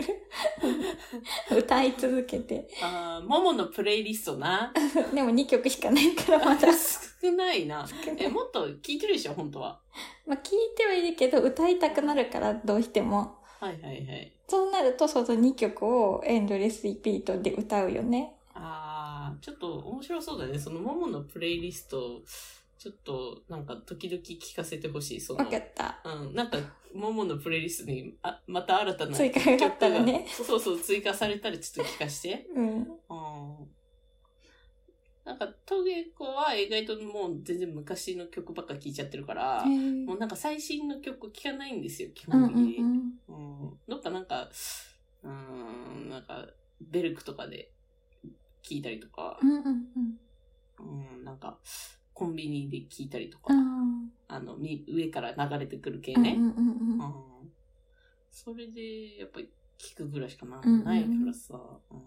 [SPEAKER 2] る歌い続けて。
[SPEAKER 1] ああ、モモのプレイリストな。
[SPEAKER 2] でも2曲しかないから ま だ。
[SPEAKER 1] 少ないな。 え、もっと聞いてるでしょ、本当は。
[SPEAKER 2] まあ聞いてはいるけど、歌いたくなるからどうしても。
[SPEAKER 1] はいはいはい。
[SPEAKER 2] そうなると、その2曲をエンドレスリピートで歌うよね。
[SPEAKER 1] ああ、ちょっと面白そうだね。そのモモのプレイリスト、ちょっとなんか時々聞かせてほしい。その
[SPEAKER 2] わ、かった。
[SPEAKER 1] うん、なんか、モモのプレイリストに、あ、また新たな
[SPEAKER 2] 追加があったらね。
[SPEAKER 1] そうそう、追加されたらちょっと聞かして。
[SPEAKER 2] うん。
[SPEAKER 1] うんなんか、トゲ子は意外ともう全然昔の曲ばっか聴いちゃってるから、もうなんか最新の曲聴かないんですよ、基
[SPEAKER 2] うんう
[SPEAKER 1] 本
[SPEAKER 2] ん
[SPEAKER 1] 的に。
[SPEAKER 2] うん。
[SPEAKER 1] うんどっかなんか、うーん、なんか、ベルクとかで聴いたりとか
[SPEAKER 2] う、んうんうん。
[SPEAKER 1] うん、なんか、コンビニで聴いたりとか
[SPEAKER 2] あ、ー
[SPEAKER 1] あの、み上から流れてくる系
[SPEAKER 2] うん
[SPEAKER 1] ね。
[SPEAKER 2] うんうんうん。
[SPEAKER 1] うんそれで、やっぱり聞くぐらいしかな
[SPEAKER 2] うんうんうん
[SPEAKER 1] ないからさ。うん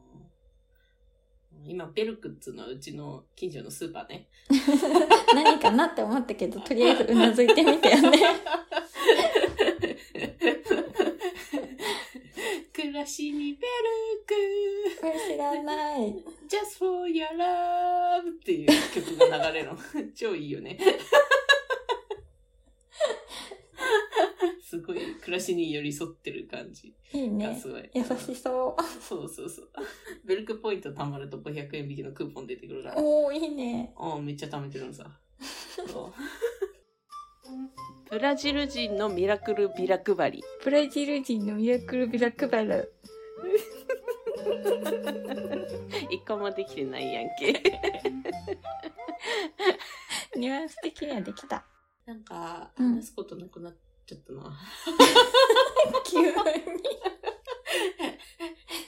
[SPEAKER 1] 今、ベルクっつうのはうちの近所のスーパーね。
[SPEAKER 2] 何かなって思ったけど、とりあえずうなずいてみたよね。
[SPEAKER 1] 暮らしにベル
[SPEAKER 2] これ知らない。
[SPEAKER 1] ク Just for your love っていう曲が流れるの。 超いいよね。すごい暮らしに寄り添ってる感じ
[SPEAKER 2] いい
[SPEAKER 1] が
[SPEAKER 2] ね
[SPEAKER 1] す。ごい。
[SPEAKER 2] 優しそう。
[SPEAKER 1] そうそうそう。ベルクポイント貯まると500円引きのクーポン出てくるから。
[SPEAKER 2] おー、いいね。
[SPEAKER 1] ああ、めっちゃ貯めてるのさ。そうブラジル人のミラクルビラ配り。
[SPEAKER 2] ブラジル人のミラクルビラ配る。
[SPEAKER 1] 一個もできてないやんけ。
[SPEAKER 2] ニュアンス的にはできた。
[SPEAKER 1] なんか、
[SPEAKER 2] うん
[SPEAKER 1] 話すことなくなっちゃったな。
[SPEAKER 2] 急に。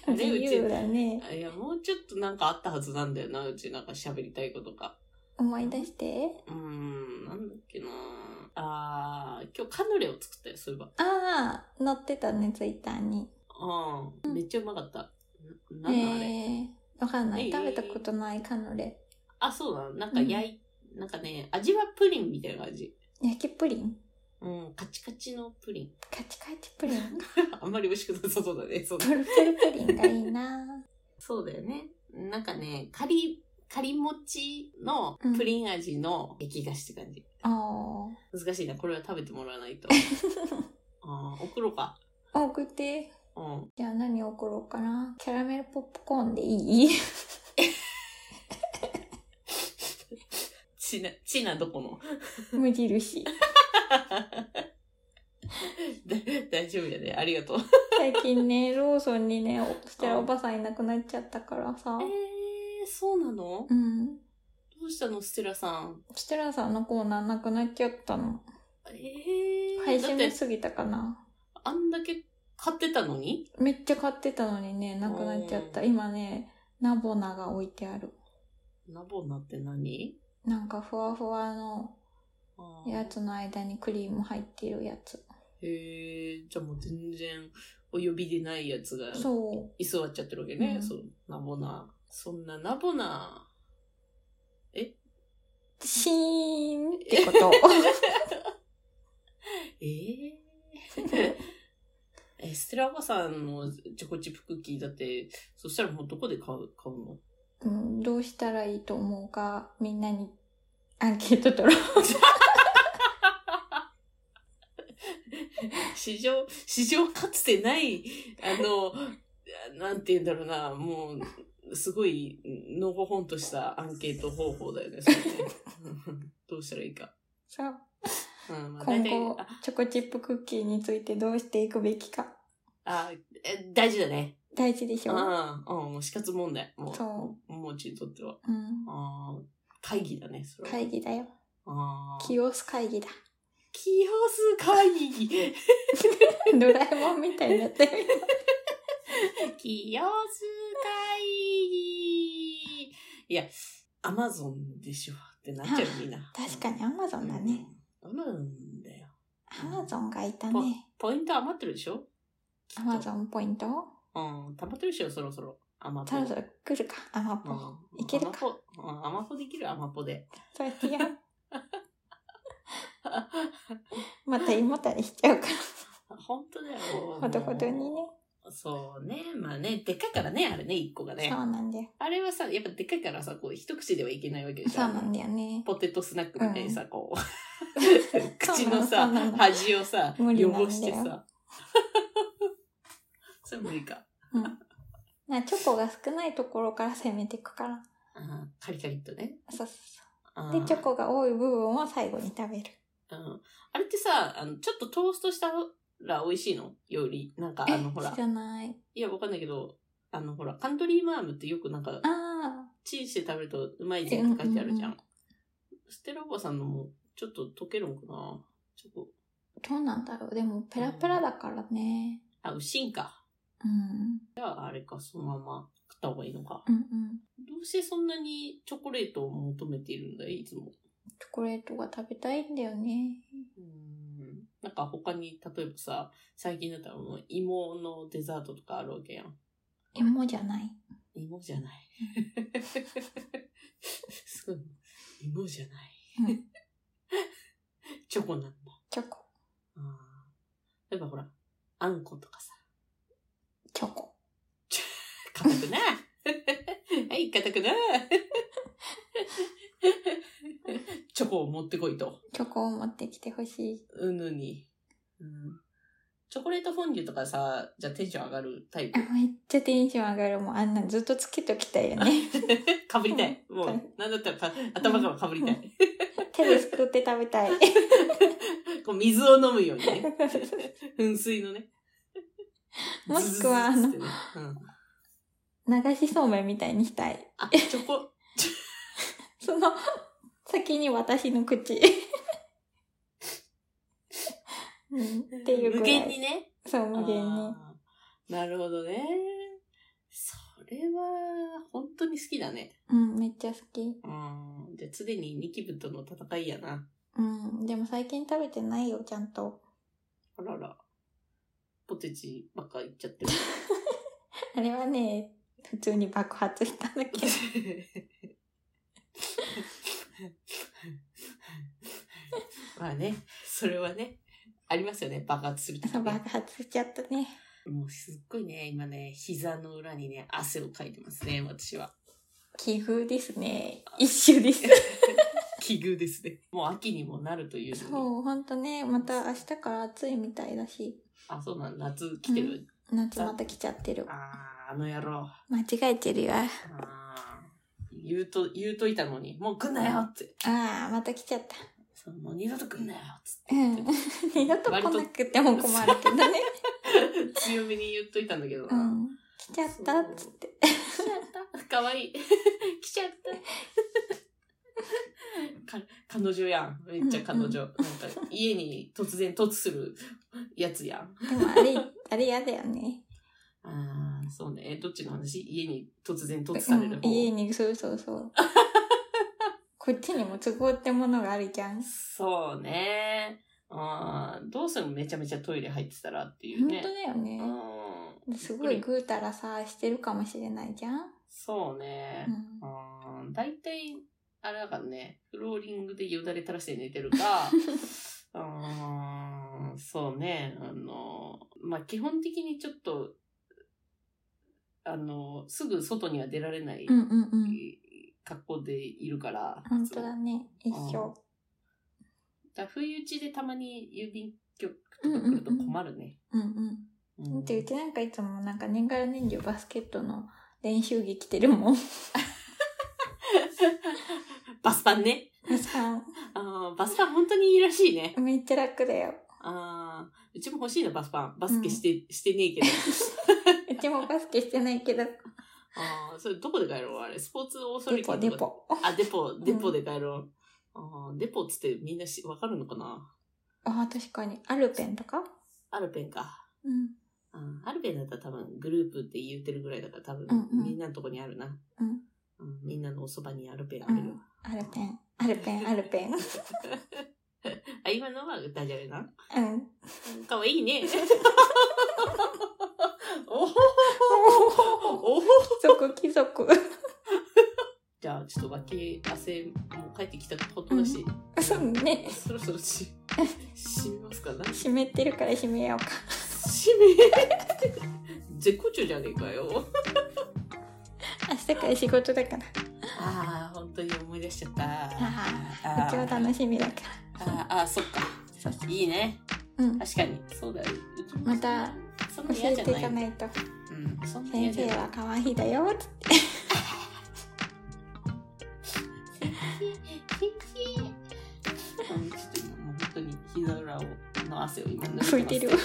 [SPEAKER 1] あれう
[SPEAKER 2] 自由
[SPEAKER 1] ち
[SPEAKER 2] だね。
[SPEAKER 1] あ、いや、もうちょっとなんかあったはずなんだよな。うちなんか喋りたいことが。
[SPEAKER 2] 思い出して。
[SPEAKER 1] うーん、なんだっけな。あー、今日カヌレを作ったよ、そういえば。
[SPEAKER 2] ああ、載ってたね、ツイッターに。
[SPEAKER 1] うん、めっちゃうまかった。ななんだあれ。
[SPEAKER 2] えー、わかんな
[SPEAKER 1] え
[SPEAKER 2] い。
[SPEAKER 1] ー
[SPEAKER 2] 食べたことないカヌレ。
[SPEAKER 1] あ、そうなのなんか焼い、なんかね、味はプリンみたいな感じ。
[SPEAKER 2] 焼きプリン
[SPEAKER 1] うん、カチカチのプリン。
[SPEAKER 2] カチカチプリン
[SPEAKER 1] あんまり美味しくなさそうだね。そう
[SPEAKER 2] プルプルプリンがいいな。
[SPEAKER 1] そうだよね。なんかね、カリ、カリ餅のプリン味の焼き菓子って感じ。
[SPEAKER 2] おー。
[SPEAKER 1] 難しいな。これは食べてもらわない と。あー送ろうか。
[SPEAKER 2] 送って。
[SPEAKER 1] うん。
[SPEAKER 2] じゃあ何送ろうかな。キャラメルポップコーンでいい
[SPEAKER 1] ちな、ちなどこの
[SPEAKER 2] 無印。
[SPEAKER 1] だ大丈夫やね。ありがとう。
[SPEAKER 2] 最近ね、ローソンにね、おそしたらおばさんいなくなっちゃったからさ
[SPEAKER 1] え。ー、そうなの
[SPEAKER 2] うん。
[SPEAKER 1] ローどうしたの、ステラさん。
[SPEAKER 2] ステラさんのコーナーなくなっちゃったの。
[SPEAKER 1] ええー。
[SPEAKER 2] 配信
[SPEAKER 1] だ
[SPEAKER 2] も
[SPEAKER 1] って、
[SPEAKER 2] 過ぎたかな。
[SPEAKER 1] あんだけ買ってたのに
[SPEAKER 2] めっちゃ買ってたのにね、なくなっちゃった。
[SPEAKER 1] うん
[SPEAKER 2] 今ね、ナボナが置いてある。
[SPEAKER 1] ナボナって何
[SPEAKER 2] なんかふわふわの
[SPEAKER 1] あー
[SPEAKER 2] やつの間にクリーム入ってるやつ。
[SPEAKER 1] へえ、じゃあもう全然お呼びでないやつが
[SPEAKER 2] そう。
[SPEAKER 1] 居座っちゃってるわけね。
[SPEAKER 2] うん
[SPEAKER 1] そう、ナボナ。そんなナボナ。
[SPEAKER 2] シーンってこと。
[SPEAKER 1] えええ、ステラおばさんのチョコチップクッキーだって、そしたらもうどこで買う買うの
[SPEAKER 2] うん、どうしたらいいと思うか、みんなにアンケート 取ろう。
[SPEAKER 1] 市場、市場かつてない、あの、なんて言うんだろうな、もう、すごい、のほほんとしたアンケート方法だよね、それね どうしたらいいか。
[SPEAKER 2] さあ
[SPEAKER 1] うん、まあ、
[SPEAKER 2] 今
[SPEAKER 1] 大体、
[SPEAKER 2] 後
[SPEAKER 1] あ、
[SPEAKER 2] チョコチップクッキーについてどうしていくべきか。
[SPEAKER 1] あ、え大事だね。
[SPEAKER 2] 大事でし
[SPEAKER 1] う
[SPEAKER 2] ょ
[SPEAKER 1] ん、うん
[SPEAKER 2] う、
[SPEAKER 1] もう死活問題。もう、
[SPEAKER 2] そ
[SPEAKER 1] もううちにとっては。
[SPEAKER 2] ん。
[SPEAKER 1] あー会議だね、それは。
[SPEAKER 2] 会議だよ。
[SPEAKER 1] あー
[SPEAKER 2] キオス会議だ。
[SPEAKER 1] キオス会議。
[SPEAKER 2] ドラえもんみたいにな ってる。
[SPEAKER 1] キオス会議。いや、アマゾンでしょってなっちゃうみんな。
[SPEAKER 2] 確かにアマゾンだね。
[SPEAKER 1] うん。アマゾンだよ。
[SPEAKER 2] アマゾンがいたね。
[SPEAKER 1] ポイント余ってるでしょ
[SPEAKER 2] アマゾ
[SPEAKER 1] ン。
[SPEAKER 2] ンポイント
[SPEAKER 1] うん、溜まってるでしょ、そろそろ。アマ
[SPEAKER 2] そろそ
[SPEAKER 1] ろ。
[SPEAKER 2] ろ来るか、アマポ。
[SPEAKER 1] うん
[SPEAKER 2] いけるか。
[SPEAKER 1] アマポうんアマポできるアマポで。
[SPEAKER 2] そうやってや るまた胃もたれしちゃうか
[SPEAKER 1] 本当だよ。
[SPEAKER 2] ら、ほどほどにね。
[SPEAKER 1] そうね。まあね、でっかいからね、あれね、一個が
[SPEAKER 2] そう
[SPEAKER 1] ね。
[SPEAKER 2] なんだよ。
[SPEAKER 1] あれはさ、やっぱでっかいからさ、こう、一口ではいけないわけでし
[SPEAKER 2] そ
[SPEAKER 1] ょ
[SPEAKER 2] う。なんだよね。
[SPEAKER 1] ポテトスナックみたいにさ、こ う、口の
[SPEAKER 2] そうな
[SPEAKER 1] さ
[SPEAKER 2] のそうな、の
[SPEAKER 1] 端をさ、
[SPEAKER 2] 無理なんだよ
[SPEAKER 1] 汚してさ。 それ無理か。
[SPEAKER 2] なチョコが少ないところから攻めていくから。
[SPEAKER 1] あーカリカリっとね。
[SPEAKER 2] そうそう
[SPEAKER 1] あ
[SPEAKER 2] そ
[SPEAKER 1] ー
[SPEAKER 2] う。で、チョ。コが多い部分を最後に食べる。
[SPEAKER 1] うん。あれってさ、あの、ちょっとトーストしたら美味しいのより、なんか、あの、ほら
[SPEAKER 2] 知、らない。
[SPEAKER 1] いや、わかんないけど、あの、ほら、カントリーマームってよくなんか、
[SPEAKER 2] あ
[SPEAKER 1] チンして食べるとうまいぜって書いてあるじゃん。
[SPEAKER 2] うん
[SPEAKER 1] ステラおばさんのも、ちょっと溶けるのかなちょっと、
[SPEAKER 2] あ、どうなんだろう。でも、ペラペラだからね。
[SPEAKER 1] あ、うしんか。
[SPEAKER 2] うん。
[SPEAKER 1] じゃあ、あれか、そのまま食った方がいいのか。
[SPEAKER 2] うんうん。
[SPEAKER 1] どうしてそんなにチョコレートを求めているんだい、いつも。
[SPEAKER 2] チョコレートが食べたいんだよね。
[SPEAKER 1] うん。なんか他に、例えばさ、最近だったらもう芋のデザートとかあるわけやん。
[SPEAKER 2] 芋じゃない。
[SPEAKER 1] 芋じゃない。すごい。芋じゃない。
[SPEAKER 2] うん。
[SPEAKER 1] チョコなんだ。
[SPEAKER 2] チョコ。
[SPEAKER 1] うん例えばほら、あんことかさ、
[SPEAKER 2] チョコ。
[SPEAKER 1] 硬くなはい、硬くなチョコを持ってこいと。
[SPEAKER 2] チョコを持ってきてほしい。
[SPEAKER 1] うぬに。うん。チョコレートフォンデュとかさ、じゃあテンション上がるタイ
[SPEAKER 2] あ
[SPEAKER 1] プ。
[SPEAKER 2] めっちゃテンション上がる。もうあんなんずっとつけときた いよね。
[SPEAKER 1] かぶりたい。
[SPEAKER 2] うん
[SPEAKER 1] もう、なんだったらか頭からかぶりたい。
[SPEAKER 2] 手ですくって食べたい。
[SPEAKER 1] こう水を飲むようにね。噴水のね。
[SPEAKER 2] もしくはあ
[SPEAKER 1] ズ
[SPEAKER 2] の
[SPEAKER 1] ズズズってねうん
[SPEAKER 2] 流しそうめんみたいにしたい。
[SPEAKER 1] あ、チョコ、
[SPEAKER 2] その先に私の口。うん、っていう
[SPEAKER 1] 無
[SPEAKER 2] ぐらい。
[SPEAKER 1] 限にね。
[SPEAKER 2] そう、無限に。
[SPEAKER 1] あーなるほどね。それは、本当に好きだね。
[SPEAKER 2] うん、めっちゃ好き。
[SPEAKER 1] うん。じゃあ、常にニキビとの戦いやな。
[SPEAKER 2] うん、でも最近食べてないよ、ちゃんと。
[SPEAKER 1] あらら。ポテチばっかいっちゃってる。
[SPEAKER 2] あれはね、普通に爆発したんだ けど。
[SPEAKER 1] まあね、それはね、ありますよね、爆発するとき、
[SPEAKER 2] そう
[SPEAKER 1] ね。
[SPEAKER 2] 爆発しちゃったね。
[SPEAKER 1] もうすっごいね、今ね、膝の裏にね、汗をかいてますね、私は。
[SPEAKER 2] 奇遇ですね。一周です。
[SPEAKER 1] 奇遇ですね。もう秋にもなるというのに。
[SPEAKER 2] そう、ほんとね、また明日から暑いみたいだし、
[SPEAKER 1] あ、そうなん夏来てる。
[SPEAKER 2] 夏また来ちゃってる。
[SPEAKER 1] あー、あの野郎。
[SPEAKER 2] 間違えてるよ。あ
[SPEAKER 1] あー言うと、言うといたのに、もう来んなよって。
[SPEAKER 2] あ、また来ちゃった。
[SPEAKER 1] そのもう二度と来んなよっつって。
[SPEAKER 2] うん。二度と来なくても困るけどね。
[SPEAKER 1] 強めに言っといたんだけど
[SPEAKER 2] う
[SPEAKER 1] な。
[SPEAKER 2] ん。来ちゃったっつって。
[SPEAKER 1] 来ちゃった。かわいい。来ちゃった。 か彼女やん。めっちゃ彼女。なんか家に突然突する やつやん。
[SPEAKER 2] でもあれ、 あれ嫌だよね。
[SPEAKER 1] ああ、そうね。えどっちの話家に突然
[SPEAKER 2] う
[SPEAKER 1] 突される
[SPEAKER 2] ん
[SPEAKER 1] 方。
[SPEAKER 2] 家に、そうそ うそう。こっちにも都合ってものがあるじゃん。
[SPEAKER 1] そうね。あーどうせもめちゃめちゃトイレ入ってたらっていう
[SPEAKER 2] 本当
[SPEAKER 1] ね。
[SPEAKER 2] だよね。
[SPEAKER 1] うん。
[SPEAKER 2] すごいぐうたらさしてるかもしれないじゃん。
[SPEAKER 1] そうね
[SPEAKER 2] う。ん
[SPEAKER 1] うん。大体、あれだからね、フローリングでよだれ垂らして寝てるか、 うん、そうね、あの、まあ、基本的にちょっと、あの、すぐ外には出られない
[SPEAKER 2] うんうんうん。
[SPEAKER 1] 格好でいるから、
[SPEAKER 2] 本当だね。一
[SPEAKER 1] うん
[SPEAKER 2] 緒。
[SPEAKER 1] だから不意打ちでたまに郵便局とか来ると困るね。
[SPEAKER 2] うんう
[SPEAKER 1] う
[SPEAKER 2] ん。だ
[SPEAKER 1] ん
[SPEAKER 2] ってうちなんかいつもなんか年がら年中バスケットの練習着着てる もん。
[SPEAKER 1] バスパンね。
[SPEAKER 2] さ
[SPEAKER 1] あーバスパン本当にいいらしいね。
[SPEAKER 2] めっちゃ楽 だよ。
[SPEAKER 1] あーうちも欲しいな、バスパン。バスケして、してねえけど。
[SPEAKER 2] うちもバスケしてないけど、
[SPEAKER 1] あーそれどこで買えろうあれ、スポーツオーソ
[SPEAKER 2] デ
[SPEAKER 1] リティ
[SPEAKER 2] ポ
[SPEAKER 1] とか
[SPEAKER 2] デポ。
[SPEAKER 1] あ、デポ、デポで買えろう。あーデポっつってみんなしわかるのかな
[SPEAKER 2] ああ、確かに。アルペンとか
[SPEAKER 1] アルペンか。
[SPEAKER 2] うん。
[SPEAKER 1] うんアルペンだったら多分グループって言ってるぐらいだから多分
[SPEAKER 2] うんうん
[SPEAKER 1] みんなのとこにあるな。
[SPEAKER 2] うん
[SPEAKER 1] うんみんなのおそばにアルペンあ
[SPEAKER 2] う
[SPEAKER 1] るよ。
[SPEAKER 2] ん。アルペン。アルペン、アルペン。
[SPEAKER 1] あ、今のはダジャレな
[SPEAKER 2] うん。
[SPEAKER 1] かわいい ね。おほおほ
[SPEAKER 2] 貴族、貴族。
[SPEAKER 1] じゃあ、ちょっと脇汗もう帰ってきたことだし、
[SPEAKER 2] そうね。
[SPEAKER 1] そろそろ し、閉めますかな
[SPEAKER 2] 湿ってるから閉めようか。
[SPEAKER 1] 閉め 絶好調じゃねえかよ。
[SPEAKER 2] 明日から仕事だから。
[SPEAKER 1] ああ、本当に思い出しちゃった。
[SPEAKER 2] ああ、うちは
[SPEAKER 1] あ
[SPEAKER 2] 楽しみだか
[SPEAKER 1] あああ、そっか。
[SPEAKER 2] そうそ
[SPEAKER 1] いいね。
[SPEAKER 2] ら。うん。
[SPEAKER 1] 確かに。そうだよ。うちも
[SPEAKER 2] また、
[SPEAKER 1] そんな
[SPEAKER 2] 教
[SPEAKER 1] 嫌
[SPEAKER 2] え
[SPEAKER 1] じゃ
[SPEAKER 2] てい
[SPEAKER 1] な
[SPEAKER 2] か
[SPEAKER 1] い。
[SPEAKER 2] ないと。
[SPEAKER 1] うん、そんな嫌
[SPEAKER 2] 先
[SPEAKER 1] じゃな
[SPEAKER 2] 生
[SPEAKER 1] い。
[SPEAKER 2] は可愛いだよ。つって
[SPEAKER 1] うんちょっと今もう本当に膝裏をの汗を今抜
[SPEAKER 2] 拭いてるわ。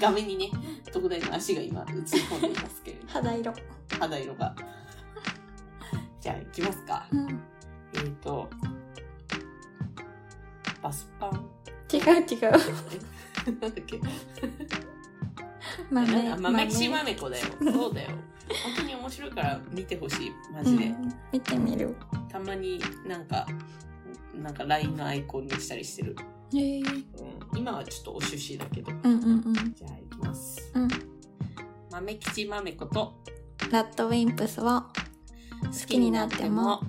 [SPEAKER 1] 画面にね特大の足が今映り込んでいますけれど
[SPEAKER 2] 肌色。
[SPEAKER 1] 肌色がじゃあ行きますか
[SPEAKER 2] うん。
[SPEAKER 1] えっ、とバスパン
[SPEAKER 2] 違う違う。
[SPEAKER 1] なんだっけ
[SPEAKER 2] 豆。
[SPEAKER 1] 豆岸まめこ だよそうだよ本当に面白いから見てほしいマジで、
[SPEAKER 2] うん見てみる。
[SPEAKER 1] たまになんかなんか LINE のアイコンにしたりしてる、
[SPEAKER 2] へえ。
[SPEAKER 1] うん、今はちょっとお趣旨だけど
[SPEAKER 2] うんうんうん。
[SPEAKER 1] じゃあ行きます。
[SPEAKER 2] うん。
[SPEAKER 1] 豆吉豆子と
[SPEAKER 2] ラッドウィンプスを
[SPEAKER 1] 好
[SPEAKER 2] きになっても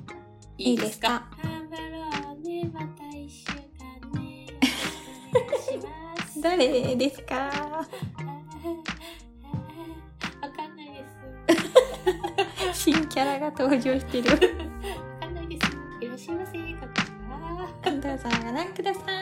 [SPEAKER 1] いい
[SPEAKER 2] いい
[SPEAKER 1] で
[SPEAKER 2] ですす
[SPEAKER 1] か
[SPEAKER 2] か
[SPEAKER 4] 頑張ろうねまた一週間 ねよろしくお願いします
[SPEAKER 2] 誰ですか
[SPEAKER 4] わかんないです
[SPEAKER 2] 新キャラが登場してる。
[SPEAKER 4] わかんないですいらっしゃいませこんにちは
[SPEAKER 2] どうぞご覧ください。